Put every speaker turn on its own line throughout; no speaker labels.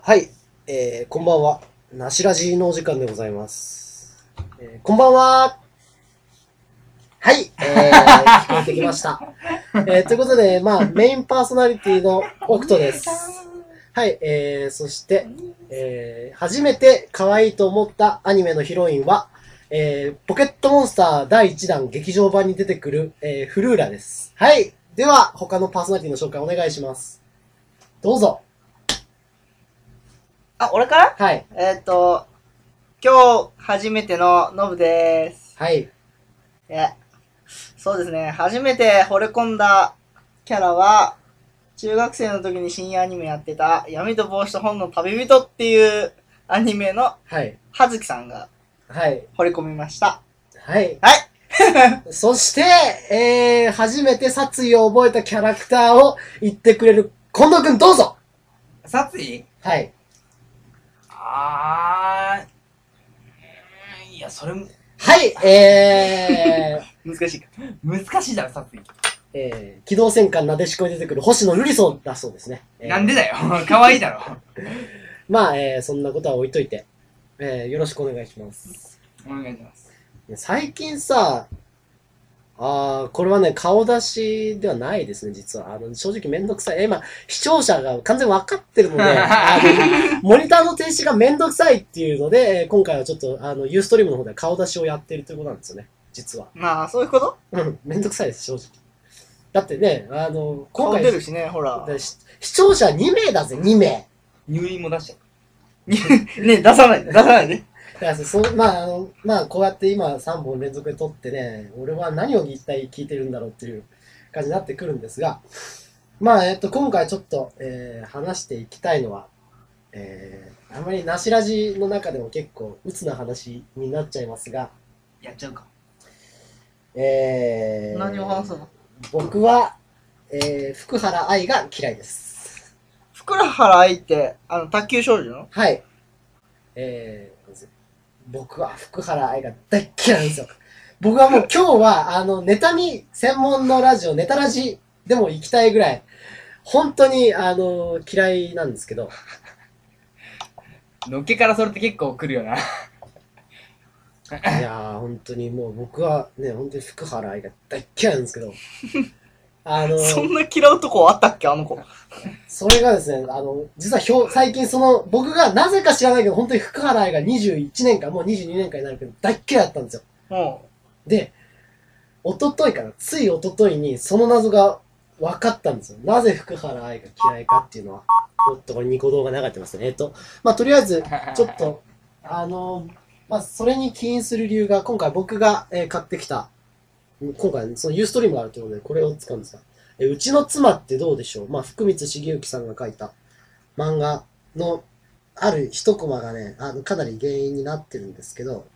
はい、えー、こんばんは。なしらじのお時間でございます。えー、こんばんは。はい、えー、聞こえてきました。えー、ということで、まあ、メインパーソナリティのオクトです。はい、えー、そして、えー、初めて可愛いと思ったアニメのヒロインは、えー、ポケットモンスター第1弾劇場版に出てくる、えー、フルーラです。はい、では、他のパーソナリティの紹介お願いします。どうぞ。
あ、俺から
はい。
えっ、ー、と、今日初めてのノブです。
はい。
え、そうですね。初めて惚れ込んだキャラは、中学生の時に深夜アニメやってた、闇と帽子と本の旅人っていうアニメの、
はい。
はずきさんが、
はい。
惚れ込みました。
はい。
はい。
そして、えー、初めて殺意を覚えたキャラクターを言ってくれる近藤くんどうぞ
殺意
はい。
あー、いや、それも。
はい、え
ー、難しい。
難しいだろ、殺意。
えー、機動戦艦なでしこに出てくる星野瑠璃さんだそうですね。えー、
なんでだよ。 可愛いだろ。
まあ、えー、そんなことは置いといて、えー、よろしくお願いします。
お願いします。
最近さ、ああ、これはね、顔出しではないですね、実は。あの、正直めんどくさい。今、視聴者が完全分かってる ので、あの、モニターの停止がめんどくさいっていうので、今回はちょっと、あの、ユーストリームの方で顔出しをやってるということなんですよね、実は。
まあ、そういうこと
うん、めんどくさいです、正直。だってね、あの、
今回。出るしね、ほら。
視聴者2名だぜ、2名。
入院も出しちゃう。
ね、出さない、出さないね。
だからそうまああのまあこうやって今3本連続で撮ってね俺は何を一体聞いてるんだろうっていう感じになってくるんですがまあえっと今回ちょっと、えー、話していきたいのは、えー、あまりなしらじの中でも結構鬱な話になっちゃいますが
やっちゃうか
え
ー、何を話すの
僕は、えー、福原愛が嫌いです
福原愛ってあの卓球少女の
はいえー、僕は福原愛が大っ嫌いなんですよ。僕はもう今日は、あの、ネタに専門のラジオ、ネタラジでも行きたいぐらい、本当に、あの、嫌いなんですけ ど。
のっけからそれって結構来る よな。
いやー、本当にもう僕はね、本当に福原愛が大っ嫌いなんですけど。
あのー、 そんな嫌うとこあったっけあの子。
それがですね、あの、実は表、最近その、僕がなぜか知らないけど、本当に福原愛が21年間、もう22年間になるけど、大っ嫌いだったんです
よ。
うん、で、一昨日かな、つい一昨日にその謎が分かったんですよ。なぜ福原愛が嫌いかっていうのは。おっと、これ2個動画流れてますね。えっ、ー、と、まあ、とりあえず、ちょっと、あのー、まあ、それに起因する理由が、今回僕が、えー、買ってきた、今回、そのユーストリームがあるということで、これを使うんですが、えうちの妻ってどうでしょうまあ、福光茂之さんが書いた漫画のある一コマがね、あの、かなり原因になってるんですけど、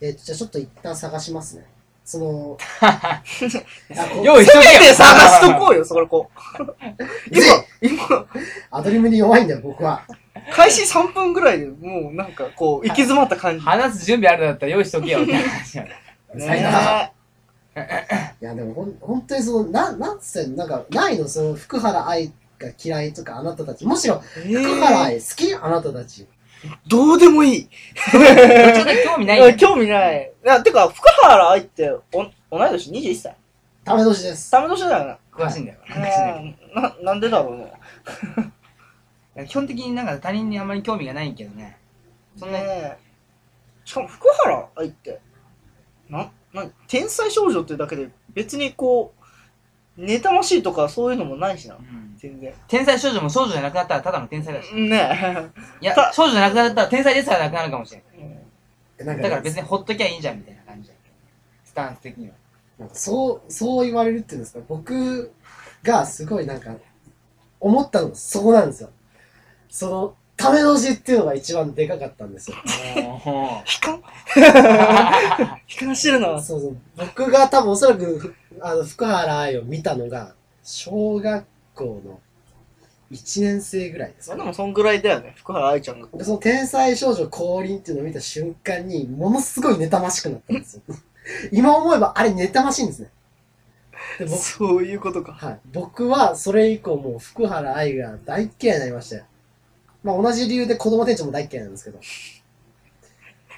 えっ、ー、と、じゃあちょっと一旦探しますね。そ の、
用意しとけよ探しとこうよ、そこ。
今、今、アドリブに弱いんだよ、僕は。
開始3分ぐらいでもうなんかこう、行き詰まった感じ。
話す準備あるんだったら用意しとけよ、って話 なんだ。
ねいやでもほん本当にそのななんつってなんかないのその福原愛が嫌いとかあなたたちむしろ福原愛好き、あなたたち
どうでもいい
ちょっと興味ない
興味ないいやてか福原愛ってお同い年21歳
ため年です
ため年だよな
詳しいん だよ
なななんでだろうね
基本的になんか他人にあんまり興味がないけどねそんなね
しかも福原愛ってなな天才少女っていうだけで別にこう妬ましいとかそういうのもないしな、うん、全然
天才少女も少女じゃなくなったらただの天才だし
ね
えいや少女じゃなくなったら天才ですらなくなるかもしれない、うん、だから別にほっときゃいいじゃんみたいな感じだスタンス的には
そうそう言われるっていうんですか僕がすごいなんか思ったのがそこなんですよそのための字っていうのが一番でかかったんですよ。
悲観悲観してるな。
そうそう。僕が多分おそらく、あの、福原愛を見たのが、小学校の1年生ぐらいです、
ね。でもそんぐらいだよね、福原愛ちゃんが。
その天才少女降臨っていうのを見た瞬間に、ものすごい妬ましくなったんですよ。 今思えばあれ妬ましいんですね。
で僕そういうことか。
はい。僕はそれ以降もう福原愛が大嫌いになりましたよ。まあ同じ理由で子供店長も大嫌いなんですけど。い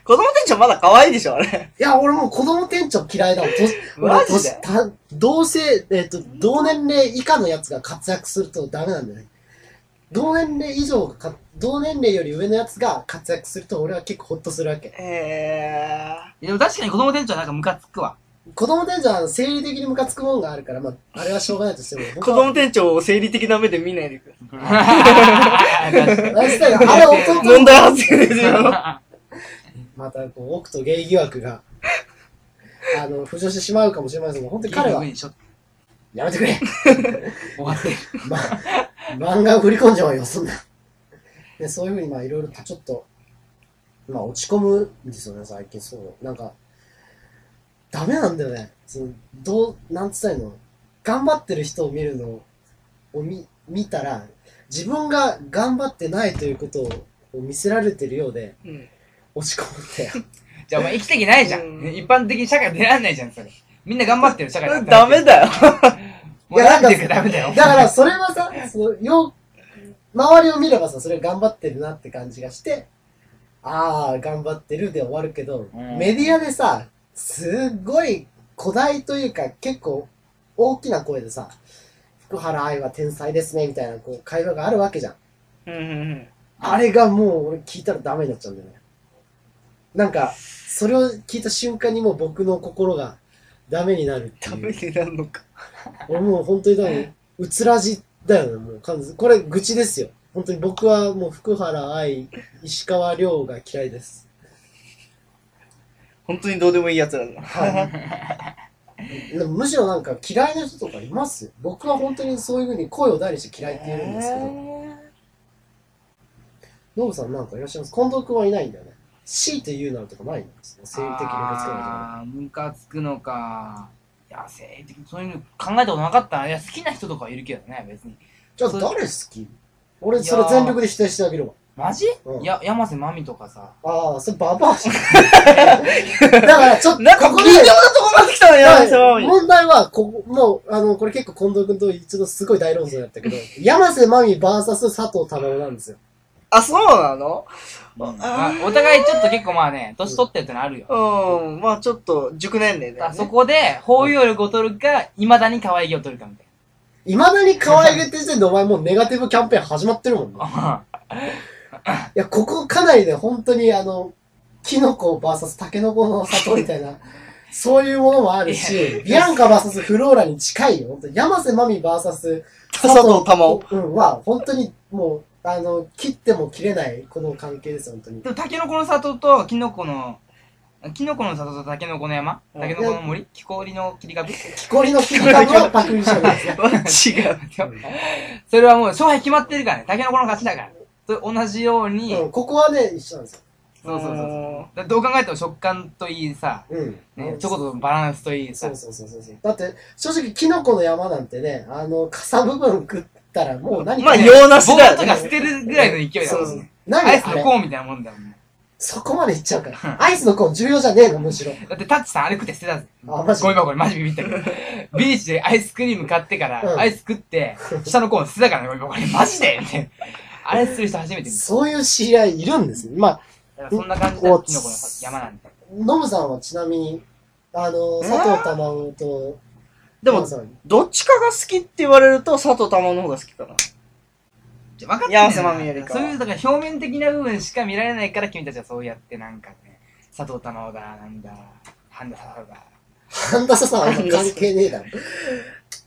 子供店長まだ可愛いでしょ、あれ。
や、俺もう子供店長嫌いだもん。年
マ
俺
ジで
年た同性、えっ、と、同年齢以下のやつが活躍するとダメなんだよね。同年齢以上がか、同年齢より上のやつが活躍すると俺は結構ホッとするわけ。
え
でも確かに子供店長なんかムカつくわ。
子供店長は生理的にムカつくもんがあるから、まあ、あれはしょうがないとしても、
ー、
僕
子
は
供店長を生理的な目で見ないでく
確かに
あれ あれ弟
ださい。
の
問題発生ですよ。
またこう奥とゲイ疑惑があの浮上してしまうかもしれませんが本当に彼は
ゲームにちょっと
やめてくれ、
終わってる。
ま、漫画を振り込んじゃうよそんなでそういうふうにまあいろいろとちょっと、まあ、落ち込むんですよね最近そうなんかダメなんだよねそのどうなんつったらいいの頑張ってる人を見るのを見見たら自分が頑張ってないということを見せられてるようで
うん
落ち込むんだよ
じゃあお前生きてきないじゃん。
うん
一般的に社会出らんないじゃん、それ。みんな頑張ってる社会だ
ダメだよ。
もうなんていうかダメだよ。
だから、それは さ、そのよ周りを見ればさ、それ頑張ってるなって感じがして、ああ、頑張ってるで終わるけど、
うん
メディアでさ、すっごい古代というか、結構大きな声でさ、福原愛は天才ですねみたいなこう会話があるわけじゃん。
うんうん
あれがもう俺聞いたらダメになっちゃうんだよね。なんか、それを聞いた瞬間にもう僕の心がダメになるって
ダ
いう
メになるのか。
俺もう本当に多分、うつらじだよね、もう完全にこれ、愚痴ですよ。本当に僕はもう福原愛、石川亮が嫌いです。
本当にどうでもいい奴らだな。
はい。でもむしろなんか嫌いな人とかいます僕は本当にそういうふうに声を大にして嫌いって言うんですけど、ノブさんなんかいらっしゃいます近藤君はいないんだよね。強いて言うならとかないんですよ。生理的にぶつけられたら。
あームカつくのか。いや、性的にそういうの考えたことなかったな。いや、好きな人とかいるけどね、別に。
じゃあ誰好き俺それ全力で否定してあげるわ。
マジ、
うん
いや、山瀬まみとかさ。
ああ、それババア じゃんだからちょっと、
なんか
こ
微
こ
妙な
で
とこまで来たのよ、山瀬まみ。
問題はここ、もう、あの、これ結構近藤君と一度すごい大論争だったけど、山瀬まみ VS 佐藤珠緒なんですよ。
あ、そうなの
まあ、お互いちょっと結構まあね、年取ってるってのあるよ。
うん、まあちょっと熟年齢だよ
あ
ね。
そこで、包容力を取るか、いまだに可愛げを取るかみたい
いまだに可愛げって時点でお前もうネガティブキャンペーン始まってるもんね。
な。
いや、ここかなりね、本当にあの、キノコ VS タケノコの里みたいな、そういうものもあるし、ビアンカ VS フローラに近いよ。本当に山瀬まみ VS
佐藤珠緒。
うんは、本当にもう、あの、切っても切れないこの関係ですよ、本当に。
でも、タケノコの里と、キノコの、キノコの里とタケノコの山
うん
タケノコの森木こりの切り株
木こりの切り方はパクリじゃないですね。
違う。
それはもう勝敗決まってるからね。タケノコの勝ちだから。と同じように、
うん、ここはね、一緒なんですよ。
そうそうそうそう。
う
だどう考えても食感といいさ、
うん。
ね、チョコとのバランスといい
そ
さ
う、そうそうそうそう。だって、正直、キノコの山なんてね、あの、笠部分食ったらもう何
まあ、
か、
ね
洋梨
棒
だ
と
よ
か
ね。
捨てるぐらいの勢いだ
そ
も
うんそ
ね
う。。
何
アイス
あ
の
れ
コーンみたいなもんだもんね。
そこまでいっちゃうから。アイスのコーン重要じゃねえの、むしろ。
だってタッチさんあれ食って捨てたぜ。
あマジ
ゴミ箱にマジビビったけど。ビーチでアイスクリーム買ってから、
うん
アイス食って、下のコーン捨てたからね、ゴミ箱に。マジでみたいな。あれする人初めて見た。
そういう知り合いいるんですよ。まあ、
だからそんな感じで、キ
う
ノ
ん
コの山なんだ。
ノブさんはちなみに、あの、
えー
佐藤珠緒と、
で
ノブ
も、
さん
どっちかが好きって言われると、佐藤珠緒の方が好きかな。
じゃ分かってん
いや
だよ
汗
な
まみれるか
そういう、だから表面的な部分しか見られないから、君たちはそうやってなんかね、佐藤珠緒だ、なんだ、半田佐藤だ。
神田さんは関係ねえだろ。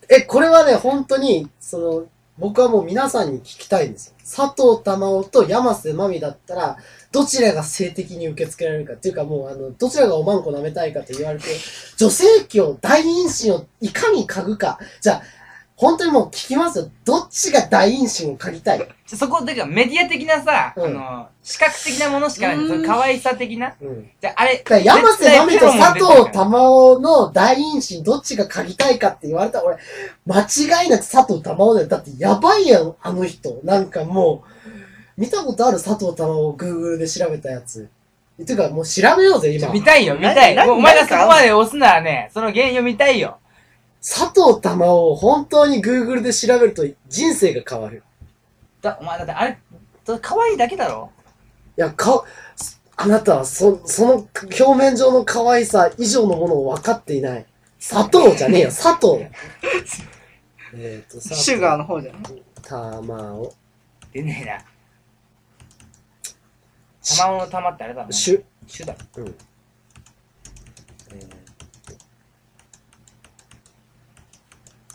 え、これはね、本当に、その、僕はもう皆さんに聞きたいんですよ。佐藤珠緒と山瀬まみだったら、どちらが性的に受け付けられるかっていうか、もう、あの、どちらがおまんこ舐めたいかと言われて、女性器を、大陰唇をいかに嗅ぐか。じゃあ、本当にもう聞きますよ。どっちが大陰唇を嗅ぎたい
ちょそこ、だからメディア的なさ、
うん
あの、視覚的なものしかない。
うん
その可愛さ的な。
うん。
じゃあ、あれ
だか、ら山
絶対
瀬まみと
フェロモン
佐
出てる
藤
から
珠緒の大陰唇どっちが嗅ぎたいかって言われたら俺、間違いなく佐藤珠緒だよ。だってやばいやん、あの人。なんかもう、見たことある佐藤珠緒を Google で調べたやつ。てかもう調べようぜ、
ち
今
ょ。見たいよ、見たい。
何
もうお前が
何
そ
か
こまで押すならね、その原因を見たいよ。
佐藤珠緒を本当に Google で調べると人生が変わる。
だお前だってあれ、だ可愛いだけだろ
いや、か、あなたはそ、その表面上の可愛さ以上のものを分かっていない。砂糖じゃねえよ、砂糖。 えっと、砂糖
シュガーの方じゃん。
卵。
出ねえな。卵の玉ってあれだろ。
シュ、
シュだろ。
うん。えー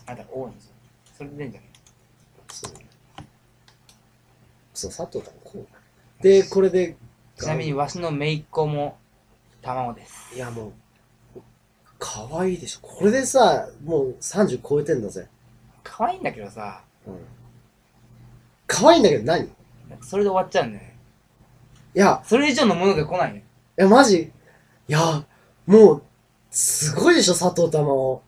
あんた多いんですよ。それでいいんじゃない
そう。そう、砂糖だ。こう。で、これで、
ちなみにわしの姪っ子も卵です。
いやもう、可愛いでしょ。これでさ、もう30超えてんだぜ。
可愛いんだけどさ、
うん。可愛いんだけど何い
なんかそれで終わっちゃうんだよね。
や、
それ以上のものが来ないよ。
いや、マジ、いや、もう、すごいでしょ、佐藤卵。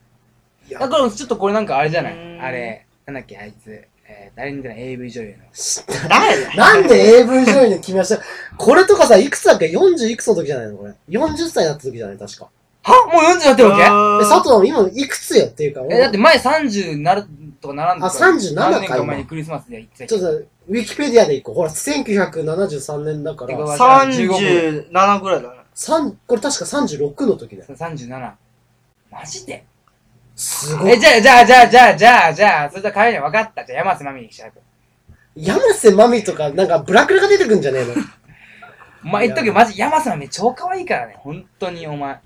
い
だ
や、
からちょっとこれなんかあれじゃな
う
い
ーん
あれ、なんだっけ、あいつ。えー、誰にでない AV 女優の。
知った
誰だよ
なんで AV 女優に決めま したこれとかさ、いくつだっけ ?40 いくつの時じゃないのこれ。40歳になった時じゃない確か。
はもう40になってるわけ
え、佐藤卵今いくつよっていうか、
え、だって前30なるとかならんとか。
あ37か
何年か前に
今
クリスマスで行ってた
ちょっと、ウィキペディアでいこう。ほら、1973年だか、
てから
37ぐらいだね。
三これ確か36の時だよ。
37。マジです
ごい
え、。じゃあ、じゃあ、じゃあ、じゃあ、じゃあ、じゃあ、それじゃ帰りに分かった。じゃあ、山瀬まみにしちゃう。
山瀬まみとか、なんかブラクラが出てくんじゃねえの
お前言っとくけど、マジ山瀬まみ超可愛いからね。本当に、お前。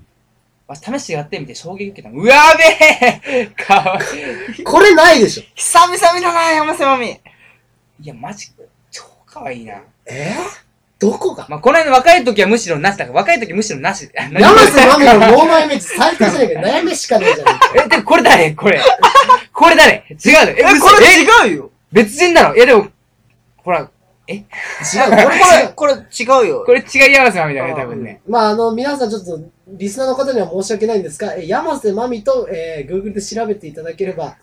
わし試してやってみて衝撃受けた。うわべえ かわいい。
これないでしょ。
久々見たな、山瀬まみ。
いや、マジ、超可愛いな。
えー、どこが
まあ、この辺の若い時はむしろなしだから、若い時むしろなし。
山瀬まみの脳内イメージ最低じゃねえか。悩みしかねえじゃねえか。
え、で、これ誰これ。これ誰違うのえ、
え、
嘘
こ
え
れ違うよ。
別人だろいや、でも、ほら、
違う、これ違う。
これ、これ違うよ
こ。れ違い山瀬まみだよね、多分ね。
まあ、あの、皆さんちょっと、リスナーの方には申し訳ないんですが、え山瀬まみと、えー、Google で調べていただければ、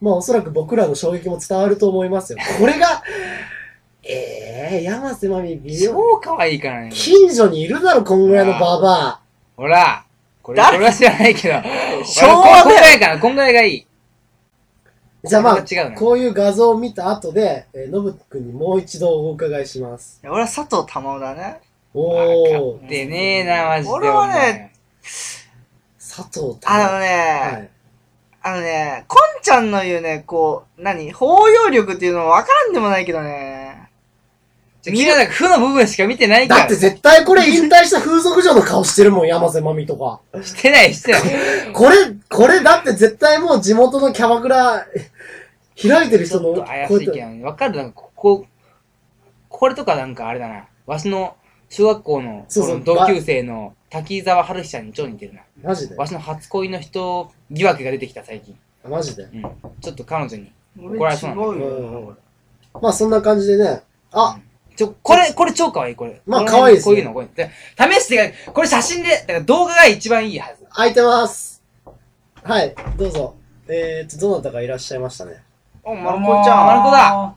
まあ、おそらく僕らの衝撃も伝わると思いますよ。これが、えー、山瀬まみ微妙。
超可愛いからね。
近所にいるだろ、こんぐらいのババア。
ほら、これ、こ
誰
れは知らない けど。
昭和だよ
こんぐらいかな、こんぐらいがいい。
じゃあまあ
これは違う、な
こういう画像を見た後で、えー、ノブ君にもう一度お伺いします。
俺は佐藤珠緒だね。
おー
買、ってねえな、マジで。
俺はね
佐藤
あ
ね、は
のね、
い、
あのね、こんちゃんの言うね、こう、何包容力っていうのは分からんでもないけどね。
お前。君らなんか負の部分しか見てないから。
だって絶対これ引退した風俗嬢の顔してるもん、山瀬まみとか。
してない、してない。
これ、これだって絶対もう地元のキャバクラ 開いてる
ちょ
人
っ
の、
と怪し
こう
い
やって
けどね。わかるなんか、ここ、これとかなんかあれだな。わしの小学校の
そうそう
この同級生の滝沢春日ちゃんに超似てるな。
マジで
わしの初恋の人疑惑が出てきた最近。
マジで
うん。ちょっと彼女に。
俺
これは
違
そう
う
なの
よ。
まあそんな感じでね。あ、
ちょ、これ、これ超可愛い、これ。
まあ
この
可愛いですね
こういうの、こういうの。で試して、これ写真で、だから動画が一番いいはず。
開いてます。はい、どうぞ。えーと、どなたかいらっしゃいましたね。
お、まるこちゃん。
まるこだ。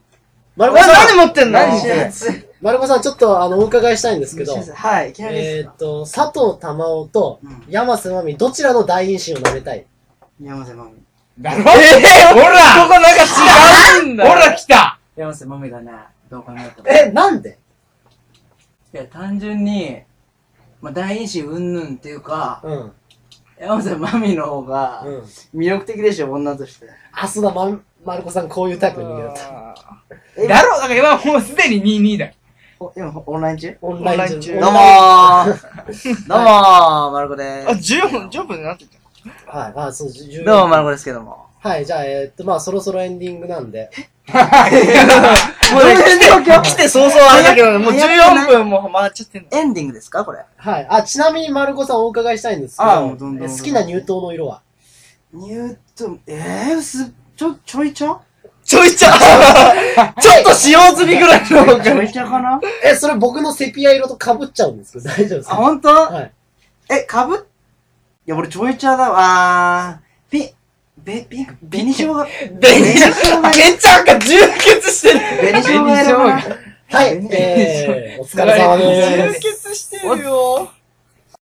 マル
お
コ
前
さん
何持ってんの
何持ってんの
マルコさん、ちょっとあの、お伺いしたいんですけど。
はい、いきなりです
えーっと、佐藤珠緒と
うん
山瀬まみ、どちらの大陰唇を舐めたい
山瀬まみ。
だろえほらここなんか違うんだほら来た
山瀬まみだね、どう考えても。
え、なんで
いや、単純に、まあ、大陰うん云々っていうか、
うん。
山瀬まみの方が
うん。
魅力的でしょ、女として。
あ、そうだ、ま、まるこさん、こういうタイプの人間だった。
え
だろだから今もうすでに22だよ。
お今、オンライン中
オンライン
オ
中。
ン
どうもーどうもー、まるこで
あ、
ーす。
10分、10分になってきた。
はい、まあ、そう、じゅ
どうも、まるこですけども。
はい、じゃあ、えーっと、まあ、そろそろエンディングなんで。
もうね、来て、
来て早々あれだけどね、もう14分も回っちゃってんの。
エンディングですか、これ。
はい。あ、ちなみにまるこさん、お伺いしたいんですけど、
あもうどんど
え
ん
好きな乳頭の色は
ニュートン、えー、す、ちょ、ちょいちょ
ちょいちょい、 ちょっと使用済みぐらいの方
ちょ
が。
いちょかな
え、それ僕のセピア色と被っちゃうんですけど、大丈夫ですか
あ、ほんと
はい。
え、かぶっ、いや、俺、ちょいちゃだわー。ピ、べ、ピ、紅生姜。
紅生
姜
ケンちゃんが充血してる。
紅生姜やろうな。
はい
え、
え
ー
ー、お疲れ様
お疲れ様
で。
です
血してるよ。